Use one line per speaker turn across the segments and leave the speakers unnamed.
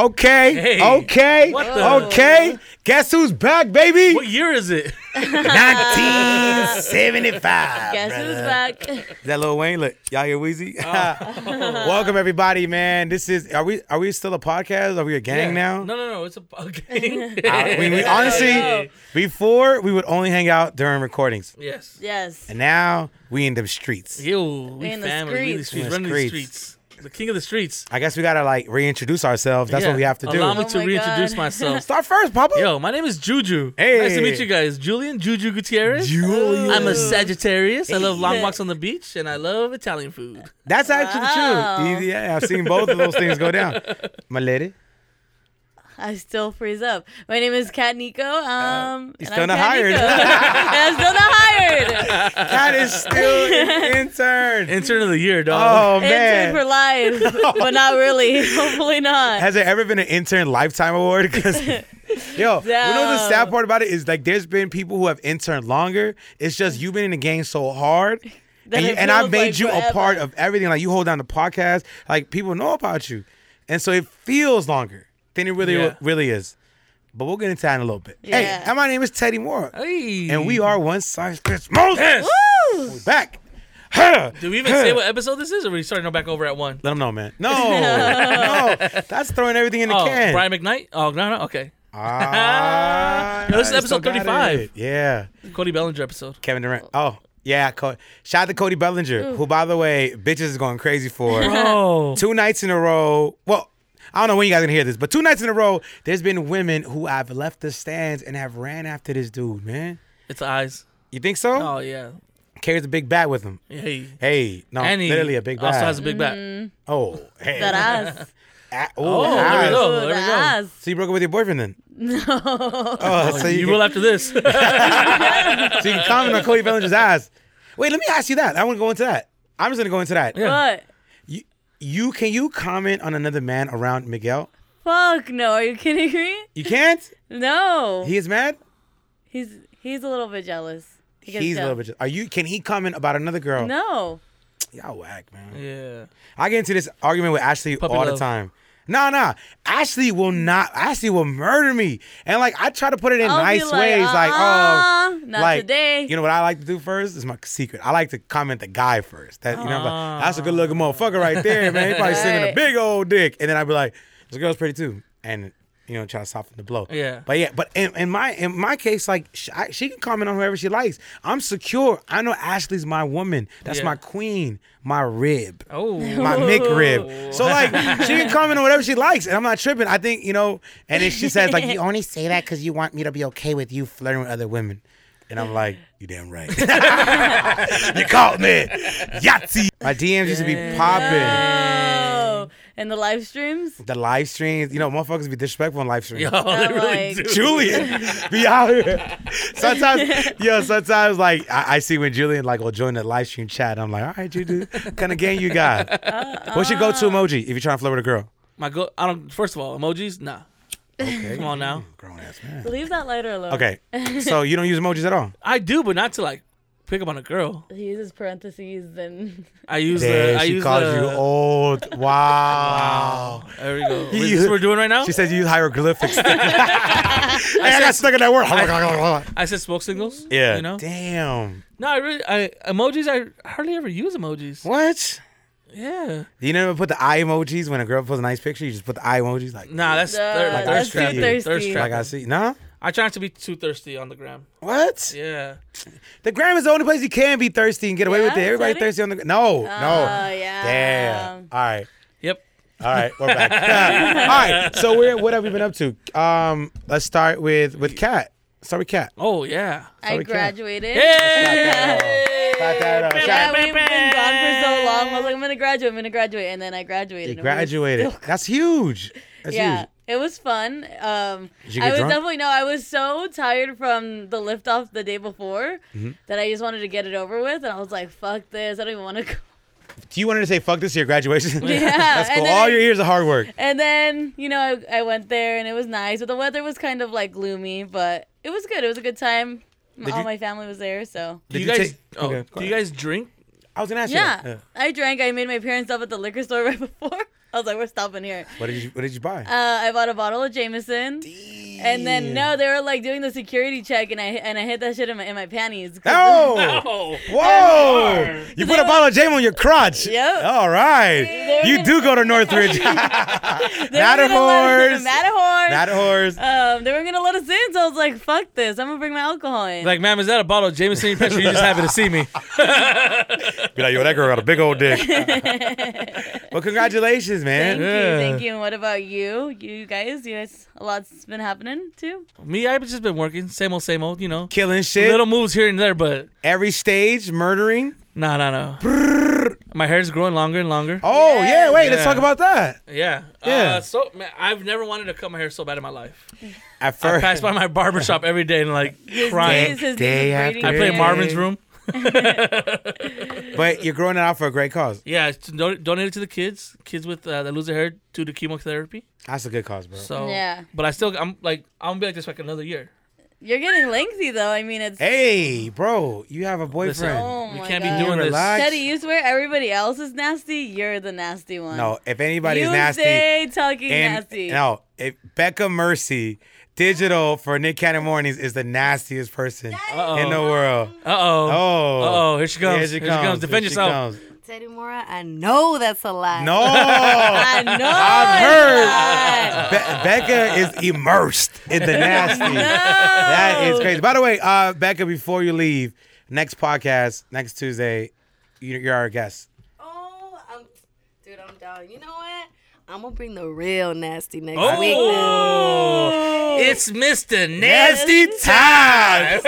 Okay.
Hey,
okay.
what the-
Okay. Guess who's back, baby?
What year is it?
1975.
Guess
brother.
who's back?
Is that Lil Wayne? Look, y'all hear Wheezy?
Oh.
Welcome everybody, man. This is are we are we still a podcast? Are we a gang now?
No, no, no. It's a okay.
I- we, we honestly before we would only hang out during recordings,
yes.
Yes.
and now we in the streets.
Yo, we
In the
family. We in the streets.
streets.
In the
Running the
streets.
streets. The king of the streets.
I guess we gotta like reintroduce ourselves. That's
Yeah.
what we have to do.
Allow me
Oh
to
my
reintroduce
God.
myself.
Start first, Papa.
Yo, my name is Juju. Nice to meet
Hey.
you guys. Julian Juju Gutierrez.
Julian.
I'm a Sagittarius. I love long walks on the beach and I love Italian food.
That's actually
Wow.
true. Yeah, I've seen both of those things go down. My lady,
I still freeze up. My name is Kat Nico. Um,
you're Uh,
and
still
I'm
not
Kat
hired.
Nico. And I'm still not hired.
that is still an intern.
Intern of the year, dog.
Oh
Intern for
man,
life, but not really. Hopefully not.
has there ever been an intern lifetime award? Because yo, you know the sad
No.
part about it is like there's been people who have interned longer. It's just you've been in the game so hard.
That
and, you,
it
and I
feels
made
like
you a part
forever.
of everything. Like you hold down the podcast, like people know about you, and so it feels longer than it really
Yeah.
really is. But we'll get into that in a little bit. Hey,
Yeah.
and my name is Teddy Moore,
Hey.
and we are one size fits most.
Woo!
We back. Huh.
Do we even say what episode this is or are we starting back over at one?
Let them know, man. No, no, that's throwing everything in the
Oh,
can.
Brian McKnight? Oh, no, no. Okay.
Ah,
No, this is
you still
episode
got
35.
it. Yeah,
Cody Bellinger episode.
Kevin Durant. Oh, yeah. Co- Shout out to Cody Bellinger, who, by the way, bitches is going crazy for.
Oh.
two nights in a row. Well, I don't know when you guys gonna hear this, but two nights in a row, there's been women who have left the stands and have ran after this dude, man.
It's eyes.
You think so?
Oh, yeah.
Carries a big bat with him.
Hey.
Hey, no,
And he
Oh, literally a big bat.
Also has a big bat.
Mm-hmm.
oh, hey.
That ass.
Ah, ooh,
Oh, there
nice.
we go.
Ooh,
there we
the
go.
ass.
So you broke up with your boyfriend then? No. Oh, so you,
You will after this.
so you can comment on Cody Bellinger's ass. Wait, let me ask you that. I want to go into that. I'm just gonna go into that.
What?
You, you can you comment on another man around Miguel?
Fuck no. Are you kidding me?
You can't.
No.
He is mad.
he's he's a little bit jealous. He gets
He's a
jealous.
little bit. Are you? Can he comment about another girl?
No.
Y'all whack, man.
yeah.
I get into this argument with Ashley
Puppy
all the
love.
time. Nah, nah. Ashley will not. Ashley will murder me, and like I try to put it in
I'll be
nice ways, like oh,
uh-uh, not
like
today.
you know what I like to do first is my secret. I like to comment the guy first. That you know, I'm like, that's a good looking motherfucker right there, man. He probably sending a
Right.
big old dick, and then I'd be like, this girl's pretty too, and you know, try to soften the blow.
Yeah.
but yeah, but in, in my in my case, like she, I, she can comment on whoever she likes. I'm secure. I know Ashley's my woman. That's
Yeah.
my queen, my rib
Oh.
my McRib. So like she can comment on whatever she likes, and I'm not tripping. I think you know. And then she says like, "You only say that because you want me to be okay with you flirting with other women," and I'm like, "You damn right. you caught me, Yahtzee." My DMs used to be popping.
Oh, and the live streams.
The live streams, you know, motherfuckers be disrespectful on live streams.
Yo, they really
like-
do.
Julian be out here. Sometimes, yo, sometimes like I, I see when Julian like will join the live stream chat. I'm like, all right, you do. What kind of game you got?
Uh-uh.
What's your go-to emoji if you're trying to flirt with a girl?
My go. I don't. First of all, emojis. Nah. Come on now.
Grown ass man.
Leave that lighter alone.
Okay, so you don't use emojis at all.
I do, but not to like pick up on a girl.
He uses parentheses and
I use
Damn,
the. I
she
use
calls
the,
you old. Wow.
There we go.
You-
Is this what we're doing right now?
She says you use hieroglyphics. hey, I got stuck in that word.
I said smoke signals.
yeah.
You know.
Damn.
No, I really. I emojis. I hardly ever use emojis.
What?
Yeah.
You never put the eye emojis when a girl posts a nice picture. You just put the eye emojis like.
Nah, that's
Nah,
thir-
that's
thirst
too
trap.
thirsty.
Thirst
Like I
trap.
see. Nah.
I try not to be too thirsty on the gram.
What?
Yeah.
The gram is the only place you can be thirsty and get away
Yeah,
with it. Everybody
sorry.
thirsty on the gram. No.
Oh,
no.
yeah.
Damn. All right.
Yep.
All right, we're back. All right, so we're, what have we been up to? Um, let's start with with Kat. Start with Kat.
Oh yeah.
I
we can't.
graduated.
Hey.
Shout that out. Shout
Yeah,
that out.
we've been gone for so long. I was like, I'm gonna graduate. I'm gonna graduate, and then I graduated.
You
and we were
graduated. That's huge. That's
yeah
huge.
it was fun um
Did you get
i was
drunk?
definitely no i was so tired from the lift off the day before
Mm-hmm.
that i just wanted to get it over with and i was like fuck this i don't even want to go
Do you wanted to say fuck this to your graduation?
Yeah,
That's cool.
and then
All
I-
your years of hard work.
and then you know I, I went there and it was nice but the weather was kind of like gloomy but it was good it was a good time
Did
all
you-
my family was there so
Do
Did
you
you
guys?
take-
Oh,
okay, go
do you
ahead.
guys drink?
I was gonna ask
yeah,
you. that.
i drank i made my parents up at the liquor store right before I was like, we're stopping here.
What did you What did you buy?
Uh, I bought a bottle of Jameson. And then no, they were like doing the security check, and I and I hid that shit in my in my panties. 'Cause-
No.
No.
Whoa! You put a
were-
bottle of Jam on your crotch.
Yep.
All right.
were
You
gonna-
do go to Northridge.
They weren't gonna let us-
Matterhorns.
Matterhorn.
Matterhorns.
Um, they weren't gonna let us in, so I was like, "Fuck this! I'm gonna bring my alcohol in."
Like, ma'am, is that a bottle of Jameson in your picture? You just happy to see me.
Be like, yo, that girl got a big old dick. well, congratulations,
thank
man.
Yeah.
you, thank you. And what about you? You guys, you guys, a lot's been happening too.
Me, I've just been working, same old, same old. You know,
Killing shit.
little moves here and there, but
Every stage, murdering.
no, no, no. My hair's growing longer and longer.
Oh
Yes.
yeah, wait. Let's
Yeah.
talk about that.
Yeah,
Yeah.
Uh, so man, I've never wanted to cut my hair so bad in my life.
At
I
first,
pass by my barber shop every day and like
Day
crying.
is his
Day
breeding
I
after
play
day.
ground.
Marvin's room.
but you're growing it out for a great cause.
Yeah, it's to don- donate it to the kids, kids with uh, that lose their hair due to chemotherapy.
That's a good cause, bro.
So
Yeah.
but I still, I'm like, I'm gonna be like this for like another year.
You're getting lengthy though. I mean, it's.
hey, bro, you have a
Listen,
boyfriend.
Oh
we
my
can't
God.
be doing this.
Relax.
Teddy, you swear everybody else is nasty. You're the nasty one.
No, if anybody's
you
nasty,
stay talking
and
nasty.
no, if Becca Mercy, digital for Nick Cannon Mornings is the nastiest person
Uh-oh.
in the world.
Uh oh.
Oh,
Uh-oh, here she comes. Here she comes. Defend
she
yourself.
comes.
Teddy Mora, I know that's a lie.
No,
I
I've heard.
know.
Be- Becca is immersed in the nasty. That is crazy. By the way, uh, Becca, before you leave, next podcast next Tuesday, you- you're our guest.
Oh, I'm, dude, I'm down. You know what? I'm gonna bring the real nasty next week.
Oh, it's Mr. Nasty.
Nasty times.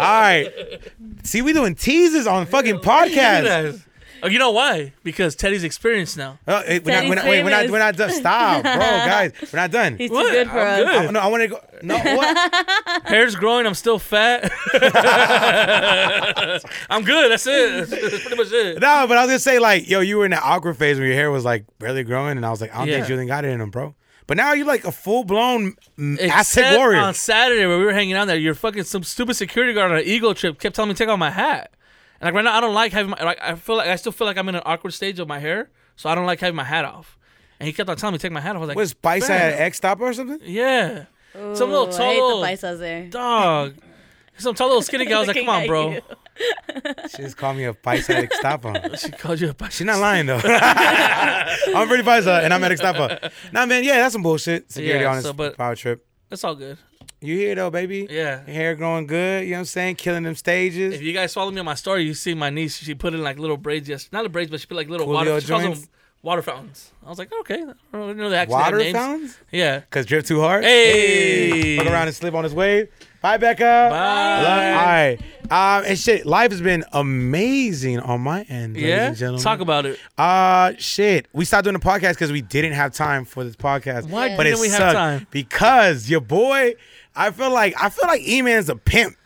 All right. See, we doing teases on fucking podcasts.
Oh, you know why? Because Teddy's experienced now.
Uh, hey, we're, not, we're, not, wait, we're not. We're not done. Stop, bro, guys. We're not done. Oh,
He's
What?
too good for
I'm
us.
good.
No, I want to go. No, what?
Hair's growing. I'm still fat. I'm good. That's it. That's pretty much it.
no, but I was gonna say like, yo, you were in that awkward phase when your hair was like barely growing, and I was like, I don't
Yeah.
think you even got it in them, bro. But now you're like a full blown
Except
asset warrior.
on Saturday where we were hanging out there, your fucking some stupid security guard on an ego trip kept telling me to take off my hat. And like right now, I don't like having my like I feel like I still feel like I'm in an awkward stage of my hair, so I don't like having my hat off. And he kept on telling me to take my hat off. I was like,
Was Spice at
"Fam,
an X stop or something?
Yeah,
Ooh,
some little
I hate
tall
the paisas there.
dog, some tall little skinny guy. I was like, come
Looking
on,
at
bro.
you.
She just called me a Spice at Xtapa.
She called you a bitch.
She's not lying though. I'm pretty Pfizer and I'm at Xtapa. Nah, man, yeah, that's some bullshit. Security
Yeah,
on this
so, but-
power trip.
That's all good.
You here though, baby?
Yeah.
Your hair growing good. You know what I'm saying? Killing them stages.
If you guys follow me on my story, you see my niece. She put in like little braids. Yes, not a braids, but she put like little
Coolio
water. She calls
joints?
them water fountains. I was like, okay, I don't know the
Water
names.
fountains?
Yeah.
Cause drip too hard.
Hey.
Fuck around and slip on this wave. Bye, Becca.
Bye.
Love- All right. Um, and shit, life has been amazing on my end, ladies
Yeah.
and gentlemen.
Talk about it.
Uh shit. We stopped doing the podcast because we didn't have time for this podcast.
Why
But
didn't
it
we have
sucked
time?
Because your boy, I feel like I feel like E Man's a pimp.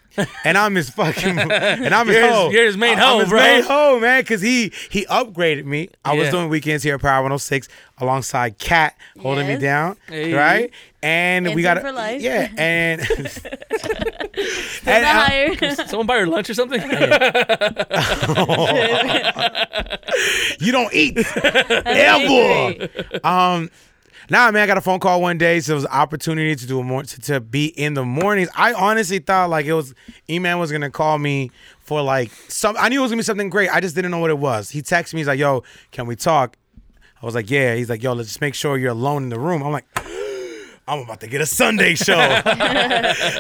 and I'm his fucking and I'm
You're
his
his-
hoe.
you're his
I'm
main hoe,
his
bro.
main hoe, man, cause he he upgraded me. I was
Yeah.
doing weekends here at Power 106 alongside Kat holding me
Yes.
down.
Hey.
Right? And we
Intern
got
for life.
Yeah. And, and
They're not
I-
hired.
Someone buy her lunch or something?
you don't eat ever. Um, nah, man, I got a phone call one day, so it was an opportunity to do a more to, to be in the mornings. I honestly thought like it was E-Man was gonna call me for like some. I knew it was gonna be something great. I just didn't know what it was. He texted me. He's like, "Yo, can we talk?" I was like, "Yeah." He's like, "Yo, let's just make sure you're alone in the room." I'm like. I'm about to get a Sunday show.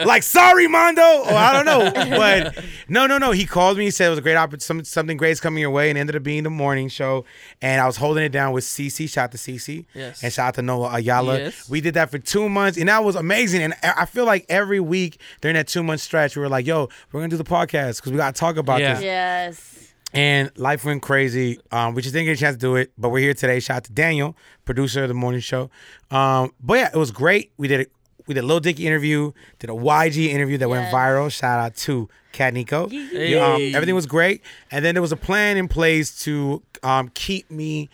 like, sorry, Mondo. Or I don't know. But no, no, no. He called me. He said it was a great opportunity. Some, something great's coming your way and it ended up being the morning show. And I was holding it down with CC. Shout out to CC.
Yes.
And shout out to Noah Ayala.
Yes.
We did that for two months and that was amazing. And I I feel like every week during that two month stretch, we were like, yo, we're going to do the podcast because we got to talk about
Yeah.
this.
yes.
And life went crazy. Um, we just didn't get a chance to do it, but we're here today. Shout out to Daniel, producer of the morning show. Um, but yeah, it was great. We did a we did a Lil Dicky interview, did a YG interview that went
Yes.
viral. Shout out to Cat Nico.
Hey.
Um, everything was great, and then there was a plan in place to um, keep me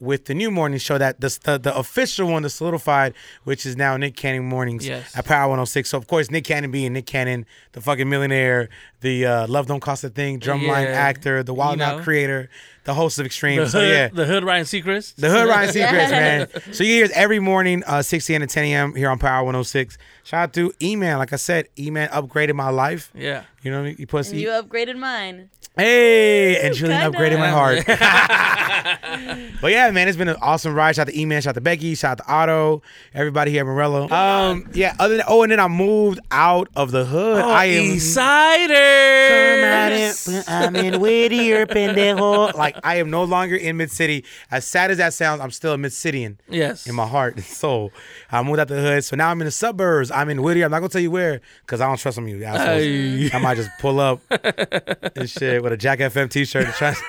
with the new morning show that the, the the official one, the solidified, which is now Nick Cannon mornings
Yes.
oh at Power 106. So of course Nick Cannon being Nick Cannon, the fucking millionaire, the uh, Love Don't Cost a Thing drumline
Yeah.
actor, the Wild
You
Out
know.
creator, the host of Extreme.
The
so
hood,
yeah.
the hood Ryan Seacrest.
The Hood Ryan Secrets,
Yeah.
man. So you hear us every morning, uh, 6 a.m. to 10 a.m. here on Power 106. Shout out to E-Man. Like I said, E-Man upgraded my life.
yeah.
You know what I mean? He puts
And you upgraded mine.
Hey, and Julian
kinda.
upgraded my
Yeah.
heart. but yeah, man, it's been an awesome ride. Shout out to E-Man, shout out to Becky, shout out to Otto, everybody here at Morello. Um, yeah, other than, oh, and then I moved out of the hood.
Oh,
I am
Eastsiders.
I'm in Whittier, pendejo. Like I am no longer in Mid City. As sad as that sounds, I'm still a Mid Citian
Yes.
in my heart and soul. I moved out the hood, so now I'm in the suburbs. I'm in Whittier. I'm not gonna tell you where, cause I don't trust some of you assholes.
Hey.
I might just pull up and shit with a Jack FM T-shirt and try.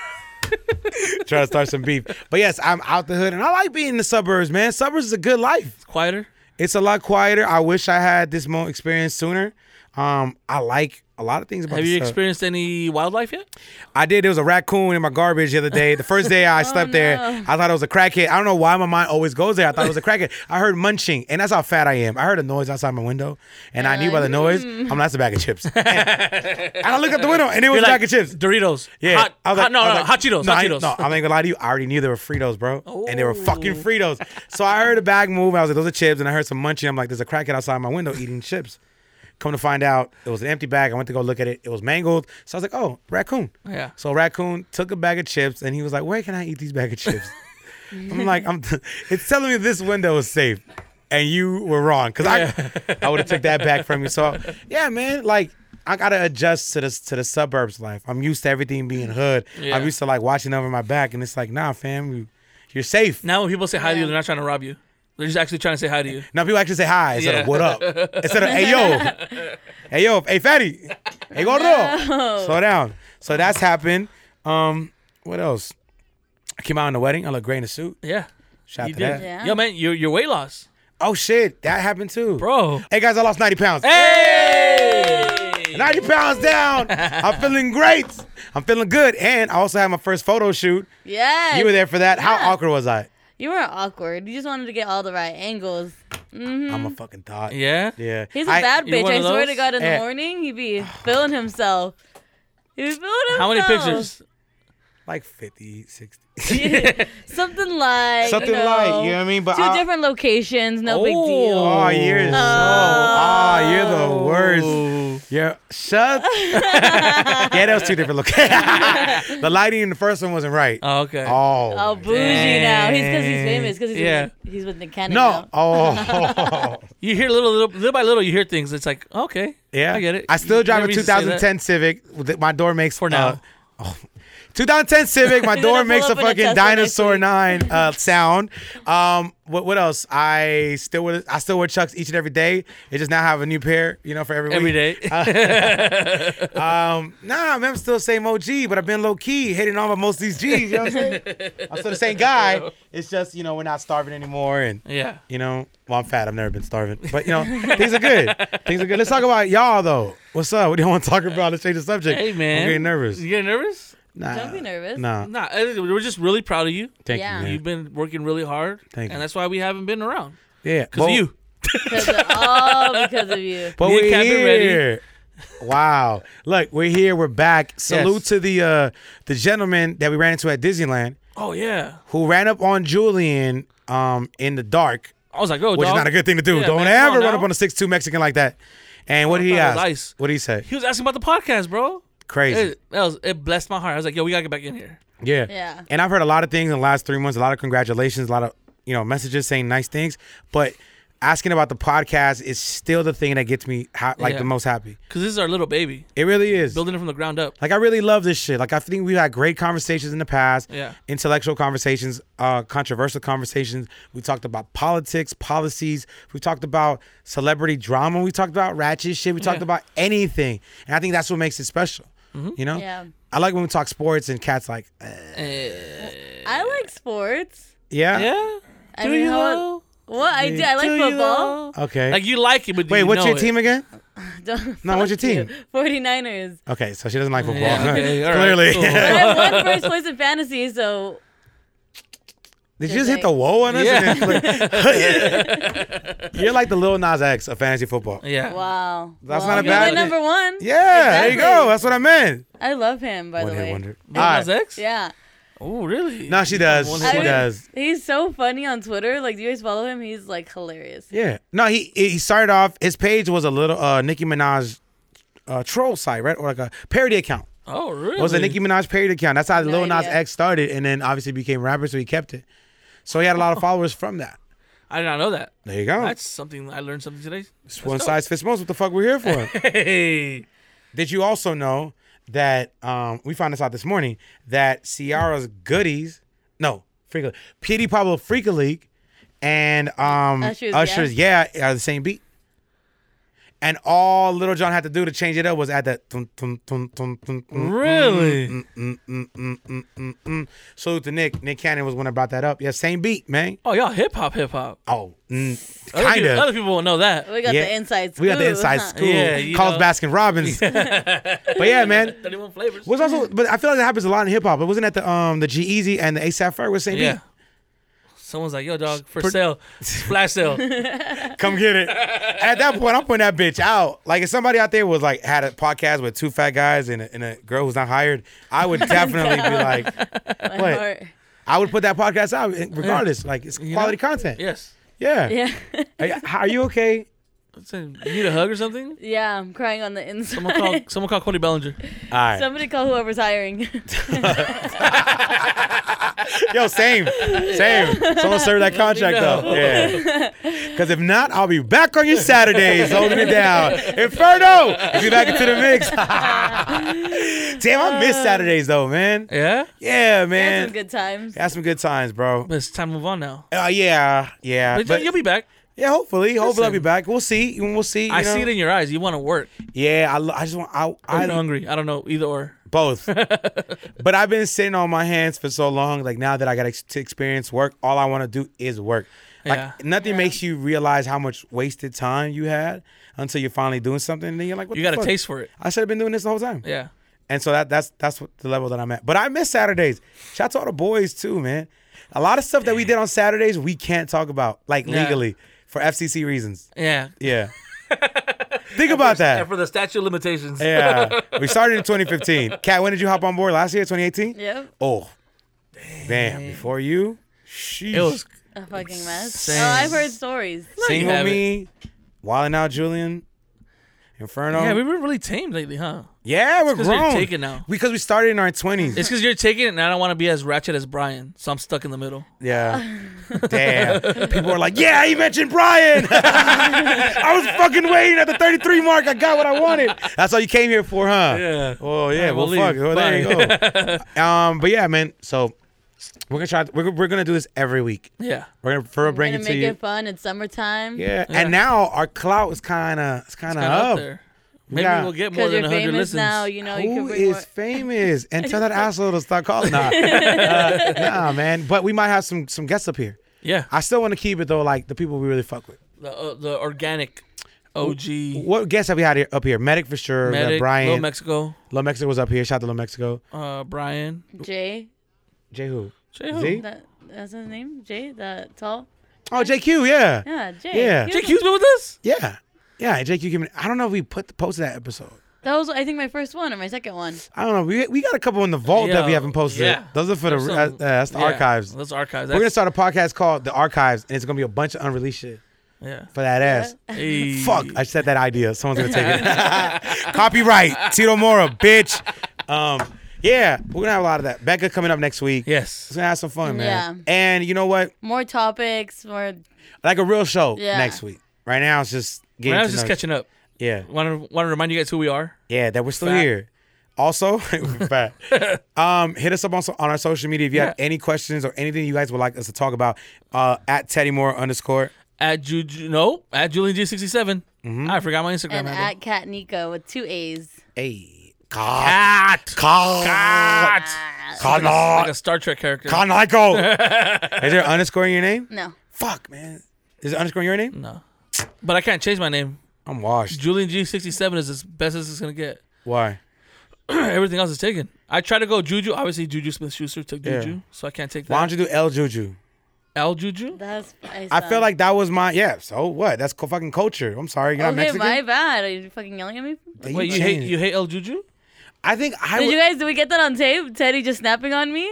Try to start some beef, but yes, I'm out the hood, and I like being in the suburbs, man. Suburbs is a good life.
Quieter.
It's a lot quieter. I wish I had this more experience sooner. Um, I like a lot of things about.
Have
the
you
sub-
experienced any wildlife yet?
I did. There was a raccoon in my garbage the other day. The first day
Oh,
I slept there,
no.
I thought it was a crackhead. I don't know why my mind always goes there. I thought it was a crackhead. I heard munching, and that's how fat I am. I heard a noise outside my window, and I knew
Uh,
by the noise, I'm like, that's a bag of chips. and I looked out the window, and it was a
mm. You're
bag of chips.
Doritos.
Yeah,
Hot,
I was
hot, no,
I
no,
was
hot Cheetos.
No,
hot
I ain't-
Cheetos.
no, I'm not gonna lie to you. I already knew they were Fritos, bro, and they were fucking
Oh.
Fritos. So I heard a bag move. I was like, those are chips, and I heard some munching. I'm like, there's a crackhead outside my window eating chips. Come to find out, it was an empty bag. I went to go look at it. It was mangled. So I was like, oh, raccoon.
Yeah.
So raccoon took a bag of chips and he was like, "Where can I eat these bag of chips?" I'm like, "I'm." it's telling me this window is safe, and you were wrong because I, I would have took that back from you. So yeah, man, like. I gotta adjust to the to the suburbs life. I'm used to everything being hood.
Yeah.
I'm used to like watching over my back, and it's like, nah, fam, you, you're safe.
Now when people say hi to you,
Yeah.
they're not trying to rob you. They're just actually trying to say hi to you.
Now people actually say hi instead of
Yeah.
what up, instead of hey yo, hey yo, hey fatty, hey gordo, slow down. So that's happened. Um, what else? I came out in the wedding. I look great in a suit.
Yeah.
Shout out
You
to
did.
that.
Yeah.
Yo, man, your your weight loss,
Oh shit, that happened too,
bro.
Hey guys, I lost ninety pounds.
Hey.
90 pounds down. I'm feeling great. I'm feeling good. And I also had my first photo shoot.
Yes.
You were there for that.
Yeah.
How awkward was I?
You weren't awkward. You just wanted to get all the right angles. Mm-hmm.
I'm a fucking thought.
Yeah.
Yeah.
He's a
I- Eh.
bad
You were
bitch.
one
I
of
swear to
those?
God, in
Yeah.
the morning he'd be feeling himself. He'd be feeling himself.
How many pictures?
Like 50, 60.
Something like
Something Uh,
you know,
light, you know what I mean? But
two
I-
different locations. No big
Oh.
deal.
Oh, you're so. Oh, you're the worst. You're shut. yeah, that was two different locations. the lighting in the first one wasn't right.
Oh, okay.
Oh.
Oh,
my-
bougie now. He's because he's
Dang.
famous. Because he's
Yeah.
with- he's with Nick Cannon.
no.
now.
Oh.
You hear little, little, little by little, you hear things. It's like, okay,
Yeah,
I get it.
I still drive a
Whatever you say that.
2010 Civic. Th- My door makes
For now.
uh, oh. 2010 Civic. My
He's
door
gonna pull
makes a
up in a
fucking
Tesla next
dinosaur
week.
nine uh, sound. Um, what what else? I still wear I still wear Chucks each and every day. It just now have a new pair. You know, for every
every
week.
day.
Um, nah, man, I'm still the same OG, but I've been low key hitting all of most of these Gs. You know what I'm saying? I'm still the same guy. It's just you know we're not starving anymore and.
yeah.
You know, well, I'm fat. I've never been starving, but you know, things are good. Things are good. Let's talk about y'all though. What's up? What do you want to talk about? Let's change the subject.
Hey man,
I'm getting nervous.
You getting nervous?
Nah,
Don't be nervous.
Nah,
Nah, I think we're just really proud of you.
thank
Yeah.
you.
You've
Man.
been working really hard,
Thank you.
and that's why we haven't been around
Yeah,
because of you.
Because of, all because of you.
But
Me and
we're
Cap been ready.
here. Wow! Look, we're here. We're back. Salute
Yes.
to the uh the gentleman that we ran into at Disneyland
Oh yeah.
who ran up on Julian um in the dark,
I was like, oh,
which
dog.
is not a good thing to do.
Yeah,
Don't
man, come
ever
on
run
now.
up on a six two Mexican like that. And what did he
thought it was
ask?
ice.
What did he say?
He was asking about the podcast, bro.
Crazy.
It, that was it. Blessed my heart. I was like, yo, we gotta get back in here.
Yeah.
Yeah.
And I've heard a lot of things in the last three months, a lot of congratulations, a lot of, you know, messages saying nice things. But asking about the podcast is still the thing that gets me ha- like
Yeah.
the most happy.
Cause this is our little baby,
It really is.
building it from the ground up.
like I really love this shit. Like I think we've had great conversations in the past.
Yeah.
Intellectual conversations, uh, controversial conversations. We talked about politics, policies. We talked about celebrity drama. We talked about ratchet shit. We talked
Yeah. Mm-hmm.
about anything. And I think that's what makes it special. You know?
Yeah.
I like when we talk sports and cats like, eh,
I like sports.
Yeah.
I
Do
mean,
you
how-
though?
What I do? I like
Do you
football.
though?
Okay.
Like you like it, but do
Wait,
you
what's
know
your
it?
team again?
Don't-
No, what's your
fuck you.
team?
49ers.
Okay, so she doesn't like football.
Yeah, okay, all right,
Clearly.
cool.
But I won first place in fantasy, so
Did you
Just
just hit the
like-
wall on us?
Yeah.
And then click- You're like the little Nas X of fantasy football. Yeah,
Yeah.
Wow.
That's
Well,
not a
you're
bad-
the number one.
there you
Exactly.
go. That's what I meant.
I love him, by
One
the way.
hit wonder. All
Nas
right.
X?
Yeah.
Oh, really?
No, she does.
One
She
hit
wonder.
does.
He's so funny on Twitter. Like, do you guys follow him? He's like hilarious.
Yeah. No, he he started off. His page was a little uh, Nicki Minaj uh, troll site, right, or like a parody account.
Oh, really?
It was a Nicki Minaj parody account. That's how
No
Lil Nas
idea.
X started, and then obviously became rapper, so he kept it. So he had a lot of followers from that.
I did not know that.
There you go.
That's something I learned something today.
It's one size fits most. What the fuck we're here for?
Hey.
Did you also know that um, we found this out this morning that Ciara's goodies, no, Freak, P.D. Pablo Freak League, and um,
Usher's
Usher's, yeah. are the same beat. And all Little John had to do to change it up was add that. Dun, dun, dun, dun, dun, dun,
Really?
mm, mm, mm, mm, mm, mm, mm. Salute to Nick. Nick Cannon was when I brought that up. Yeah, same beat, man.
Oh, y'all hip hop, hip hop.
Oh, mm,
Other
kind
people-
of.
Other people won't know that.
We got
Yeah.
the inside scoop.
We got the inside
huh?
school.
Yeah, you
Calls
know.
Baskin Robbins. but yeah, man.
31 flavors.
Was also, but I feel like that happens a lot in hip hop. But wasn't that the um the G Easy and the ASAP Ferg was same
Yeah. Someone's like, yo, dog, for
Pretty-
sale, flash sale.
beat? Come get it. At that point, I'm putting that bitch out. Like if somebody out there was like had a podcast with two fat guys and a, and a girl who's not hired, I would definitely be like,
My
What?
heart.
I would put that podcast out regardless. Like it's
know?
quality content.
yes.
Yeah.
Yeah.
Are, you- are you okay?
What's that? You need a hug or something?
yeah, I'm crying on the inside.
Someone call, someone call Cody Bellinger.
All right.
Somebody call whoever's hiring.
Yo, same, same. Someone serve that contract though. Yeah. Because if not, I'll be back on your Saturdays holding it down. Inferno, if you back into the mix. Damn, I miss Saturdays though, man.
Yeah?
Yeah,
That's
man.
some good times.
Had some good times, bro.
But it's time to move on now.
Uh, yeah, yeah.
But,
Uh, But,
you'll be back.
yeah, hopefully, hopefully I'll be
Listen.
back. We'll see. We'll see. you
I see
know?
it in your eyes. You want to work.
Yeah, I, lo- I just want. I,
Are
I
you hungry? I don't know. Either or.
both. but I've been sitting on my hands for so long. Like now that I got ex- to experience work, all I want to do is work. Like
Yeah.
nothing makes you realize how much wasted time you had until you're finally doing something. And then you're like, what
You
the
got a
fuck?
taste for it.
I should have been doing this the whole time.
Yeah.
And so that that's that's what the level that I'm at. But I miss Saturdays. Shout out to all the boys too, man. A lot of stuff that we did on Saturdays we can't talk about like
Yeah.
legally for FCC reasons.
Yeah.
Yeah. Think about that.
And for the statute of limitations.
Yeah, we started in 2015. Kat, when did you hop on board? Last year, 2018.
Yep.
Oh, damn! Before you, sheesh.
It was
A fucking mess.
Same.
Oh, I've heard stories.
Single
have
me, wilding out, Julian, Inferno.
Yeah, we've been really tame lately, huh?
Yeah, we're
'cause you're
grown.
taken now.
because we started in our 20s.
It's because you're taking it, and I don't want to be as ratchet as Brian, so I'm stuck in the middle.
yeah, damn. People are like, "Yeah, you mentioned Brian." I was fucking waiting at the 33 mark. I got what I wanted. That's all you came here for, huh?
Yeah.
Oh yeah.
Alright,
well,
we'll
fuck.
leave.
Well, there you
Bye.
go. um, but yeah, man. So we're gonna try. We're, we're gonna do this every week.
Yeah.
We're gonna for real
We're
bring
gonna
it to
make
you.
it fun. It's summertime.
yeah.
Yeah.
and now our clout is kind of it's kind of
Kinda up
up.
there. Maybe
got-
we'll get more
Because
than
you're
100
famous
listens.
now, you know Oh, you can
Who
bring
is
more.
famous? And tell that asshole to stop calling. Nah, Uh, nah, man. But we might have some some guests up here.
Yeah.
I still want to keep it though, like the people we really fuck with.
The, uh, the organic OG.
What guests have we had here, up here? Medic for sure. We had
Medic,
Brian.
Little Mexico,
Lil Mexico was up here. Shout out to Lil Mexico.
uh, Brian.
Jay.
J who?
Jay who?
Z?
That, that's his name. Jay. The tall.
Oh, JQ. Yeah.
Yeah. Jay.
Yeah.
He was
Jay Q's been with us?
Yeah. Yeah, JQ came in. I don't know if we put the posted that episode.
That was, I think, my first one or my second one.
I don't know. We, we got a couple in the vault that we
Yeah.
haven't posted.
Yeah.
Those are for the
Some-
uh, that's the
yeah,
archives.
That's archives.
We're gonna
That's,
start a podcast called The Archives, and it's gonna be a bunch of unreleased shit
yeah.
for that ass.
Hey.
Fuck, I said that idea. Someone's gonna take it. Copyright, Tito Mora, bitch. Um, yeah, we're gonna have a lot of that. Becca coming up next week.
Yes.
It's gonna have some fun, man.
Yeah.
And you know what?
More topics. More.
Like a real show
Yeah.
next week. Right now, it's just getting.
When I was
to
just
know-
catching up.
Yeah,
Want to want to remind you guys who we are?
yeah, that we're still
Fat.
here. Also, fat. Um, hit us up on, so- on our social media if you have
Yeah.
any questions or anything you guys would like us to talk about. Uh, at Teddy Moore underscore.
At Juju, no, at Julian G67.
Mm-hmm.
I forgot my Instagram
And
handle.
at Cat Nico with two A's.
Hey,
At.
Call. Call.
Like
Call.
a Star Trek character.
Call Nico. Is there underscore in your name?
No.
Fuck, man. Is it underscore in your name?
no. But I can't change my name.
I'm washed.
Julian G67 is as best as it's going to get.
Why?
Everything else is taken. I try to go Juju. Obviously, Juju Smith Schuster took Juju,
Yeah.
so I can't take that.
Why don't you do L Juju?
El Juju?
That's I,
I feel like that was my yeah. So what? That's co- fucking culture. I'm sorry, you're not
okay,
Mexican.
my bad. Are you fucking yelling at me?
Then
Wait, you hate
changed
you
it.
hate El Juju?
I think I
Did
would.
you guys? Did we get that on tape? Teddy just snapping on me.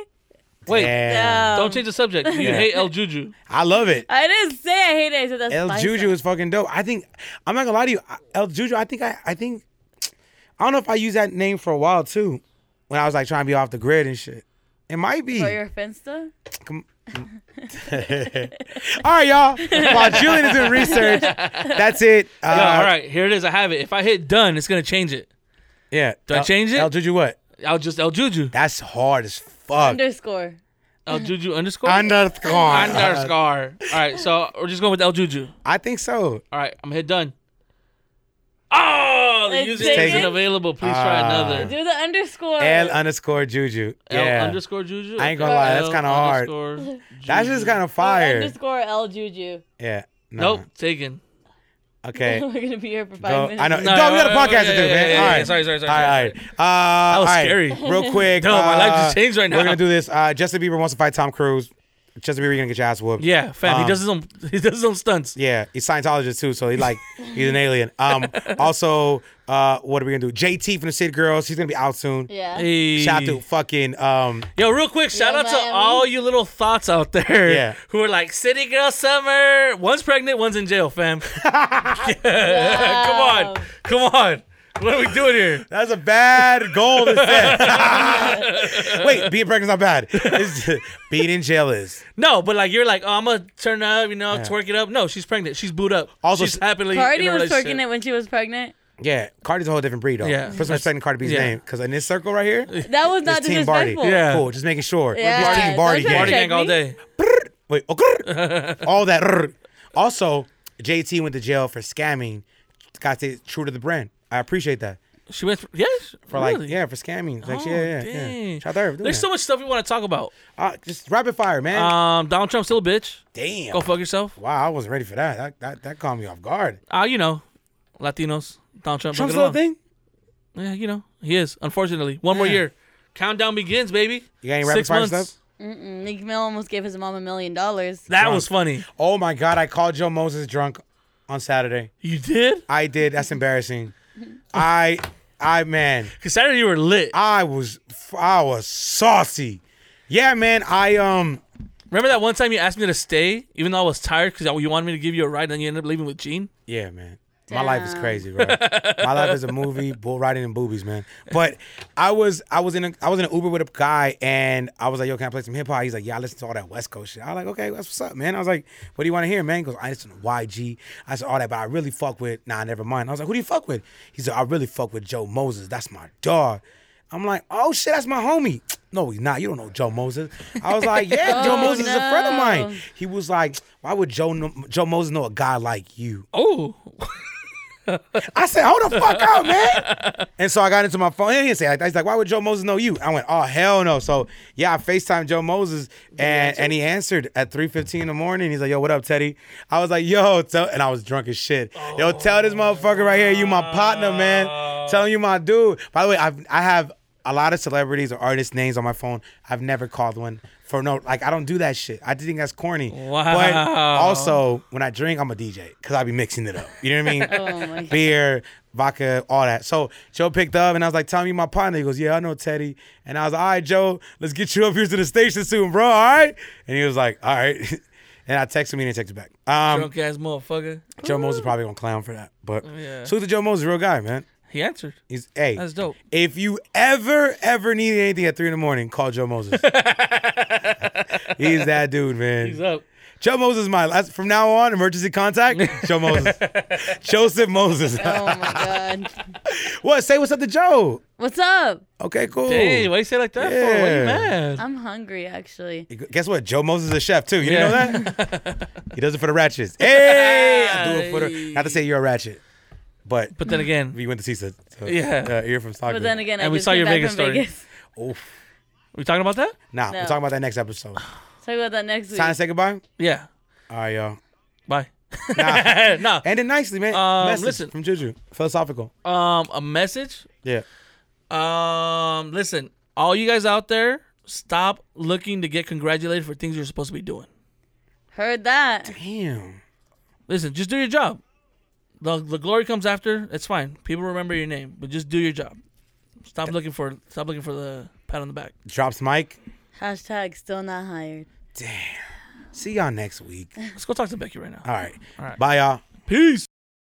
Wait,
Damn.
Um,
don't change the subject. You
Yeah.
hate El Juju.
I love it.
I didn't say I hate it. I said that's
El
my
Juju
side.
is fucking dope. I think I'm not gonna lie to you. I- El Juju, I think I, I think I don't know if I used that name for a while too, when I was like trying to be off the grid and shit. It might be.
For your Finsta?
Come- all right, y'all. While Julian is doing research, that's it. Uh,
Yo, all right, here it is. I have it. If I hit done, it's gonna change it.
Yeah.
Do I change it?
El Juju, what?
I'll just El Juju.
That's hard as fuck.
Underscore.
El Juju underscore.
Underscore.
Underscore. All right, so we're just going with El Juju.
I think so.
All right, I'm gonna hit done. Oh, the
Let's
user
take
isn't
it.
available. Please try
Ah.
another.
Do the underscore.
L underscore Juju.
L
Yeah.
underscore Juju.
I ain't
Okay.
gonna lie, that's
L
kinda hard.
underscore
That's
Juju.
just kind of
Or
fire.
Underscore L Juju.
Yeah. No.
Nope, taken.
Okay.
We're gonna be here for five
Go-
minutes.
I know.
No,
Dog, we got a
yeah, yeah,
podcast to
yeah,
do,
yeah,
man.
yeah,
all
yeah.
right.
Sorry, sorry, sorry,
All right.
sorry.
all right. Uh, that
was
all right.
scary.
Real quick.
No, my life just
uh,
changed right now.
We're going to do this. Uh, Justin Bieber wants to fight Tom Cruise. Justin Bieber, you're going to get your ass whooped.
Yeah, fam.
Um,
he does his own. He does his own stunts.
Yeah, he's Scientologist too, so he like he's an alien. Um, also, uh, what are we gonna do? JT from the City Girls, he's gonna be out soon.
Yeah.
Hey.
Shout out to fucking um,
Yo, real quick, shout out to
Miami.
all you little thoughts out there
Yeah.
who are like, City Girl Summer. One's pregnant, one's in jail, fam. come on. Come on. What are we doing here?
That's a bad goal to set. Wait, being pregnant's not bad. It's just- being in jail is.
No, but like, you're like, oh, I'm going to turn up, you know, twerk it up. No, she's pregnant. She's booed up.
Also-
she's happily.
Cardi
in a
was
relationship.
twerking it when she was pregnant.
Yeah, Cardi's a whole different breed, though.
Yeah.
Put some respect in Cardi B's
Yeah.
name, because in this circle right here,
That was not
it's Team Barty.
disrespectful.
Yeah.
Cool, just making sure.
Yeah,
It's Team
don't
Barty
try
gang.
to
Party
Check
gang all
me.
day.
Wait, okay. all that. rrr. Also, JT went to jail for scamming. Got to stay true to the brand. I appreciate that.
She went, for, yes?
For like, yeah, for scamming. Like,
Oh,
yeah, yeah, yeah.
dang.
Shout out to her for doing
There's
that.
so much stuff we want to talk about.
Uh, just rapid fire, man.
Um, Donald Trump's still a bitch.
Damn.
Go fuck yourself.
wow, I wasn't ready for that. That that, that caught me off guard.
Uh, you know, Latinos. Donald Trump. don't
Trump's
get
little
along.
thing.
Yeah, you know, he is. Unfortunately, one more
Yeah.
year. Countdown begins, baby.
You got any rapid fire stuff?
Mm-mm. Meek Mill almost gave his mom a million dollars.
That
Drunk.
was funny.
Oh my God, I called Joe Moses drunk on Saturday.
You did?
I did. That's embarrassing. I, I man,
Cause Saturday you were lit.
I was, I was saucy. Yeah, man. I um,
Remember that one time you asked me to stay, even though I was tired, because you wanted me to give you a ride, and then you ended up leaving with Gene.
yeah, man. My life is
Damn.
crazy, bro. My life is a movie, bull riding and boobies, man. But I was, I was in, a, I was in an Uber with a guy, and I was like, "Yo, can I play some hip hop?" He's like, "Yeah, I listen to all that West Coast shit." I was like, "Okay, that's what's up, man." I was like, "What do you want to hear, man?" He goes, "I listen to YG." I said all that, but I really fuck with. Nah, never mind. I was like, "Who do you fuck with?" He said, "I really fuck with Joe Moses. That's my dog." I'm like, oh shit, that's my homie. No, he's not. You don't know Joe Moses. I was like, yeah, Joe
Oh,
Moses is a friend of mine.
no.
He was like, why would Joe kn- Joe Moses know a guy like you?
Oh,
I said, hold the fuck up, man. And so I got into my phone. He didn't say it like that. He's like, why would Joe Moses know you? I went, oh hell no. So yeah, I FaceTimed Joe Moses and, and he answered at 3:15 in the morning. He's like, yo, what up, Teddy? I was like, yo, tell and I was drunk as shit. yo, tell this motherfucker right here, you my partner, man. Telling you my dude. By the way, I've I have a lot of celebrities or artist names on my phone. I've never called one for no like I don't do that shit. I think that's corny. But
Wow.
also when I drink, I'm a DJ because I be mixing it up. You know what I mean?
Oh my god.
beer, vodka, all that. So Joe picked up and I was like, Tommy, my partner. He goes, Yeah, I know Teddy. And I was like, All right, Joe, let's get you up here to the station soon, bro. All right. And he was like, All right. And I texted me and he texted back. Um,
drunk ass motherfucker.
Joe Moses probably gonna clown for that, but
Oh, Yeah.
so the Joe Moses, real guy, man.
He answered.
He's hey,
That's dope.
If you ever ever needed anything at three in the morning, call Joe Moses. He's that dude, man.
He's up.
Joe Moses is my last. From now on, emergency contact. Joe Moses, Joseph Moses.
Oh my god.
What? Say what's up to Joe.
What's up?
Okay, cool.
Hey, why you say it like that for? Why
Yeah.
you mad?
I'm hungry actually.
Guess what? Joe Moses is a chef too. You
Yeah.
didn't know that? he does it for the ratchets. Hey, I do it for the. Not to say you're a ratchet, but
but then again,
we went to CISA. So,
Yeah.
uh, you're from Stockton.
But then again, I
And we
just
saw
came
your
back
Vegas
from
story.
Vegas.
Oof.
we talking about that?
Nah, we're
No.
talking about that next episode.
Talk about that next week.
Time to say goodbye.
Yeah.
All right, y'all.
Bye.
Nah.
no.
End it nicely, man.
Um,
Message
listen.
from Juju. Philosophical.
Um, a message.
Yeah.
Um, listen, all you guys out there, stop looking to get congratulated for things you're supposed to be doing.
Heard that.
Damn.
Listen, just do your job. The, the glory comes after. It's fine. People remember your name, but just do your job. Stop looking for stop looking for the pat on the back.
Drops mic.
Hashtag still not hired.
See y'all next week.
Let's go talk to Becky right now.
All right.
All right.
Bye, y'all.
Peace.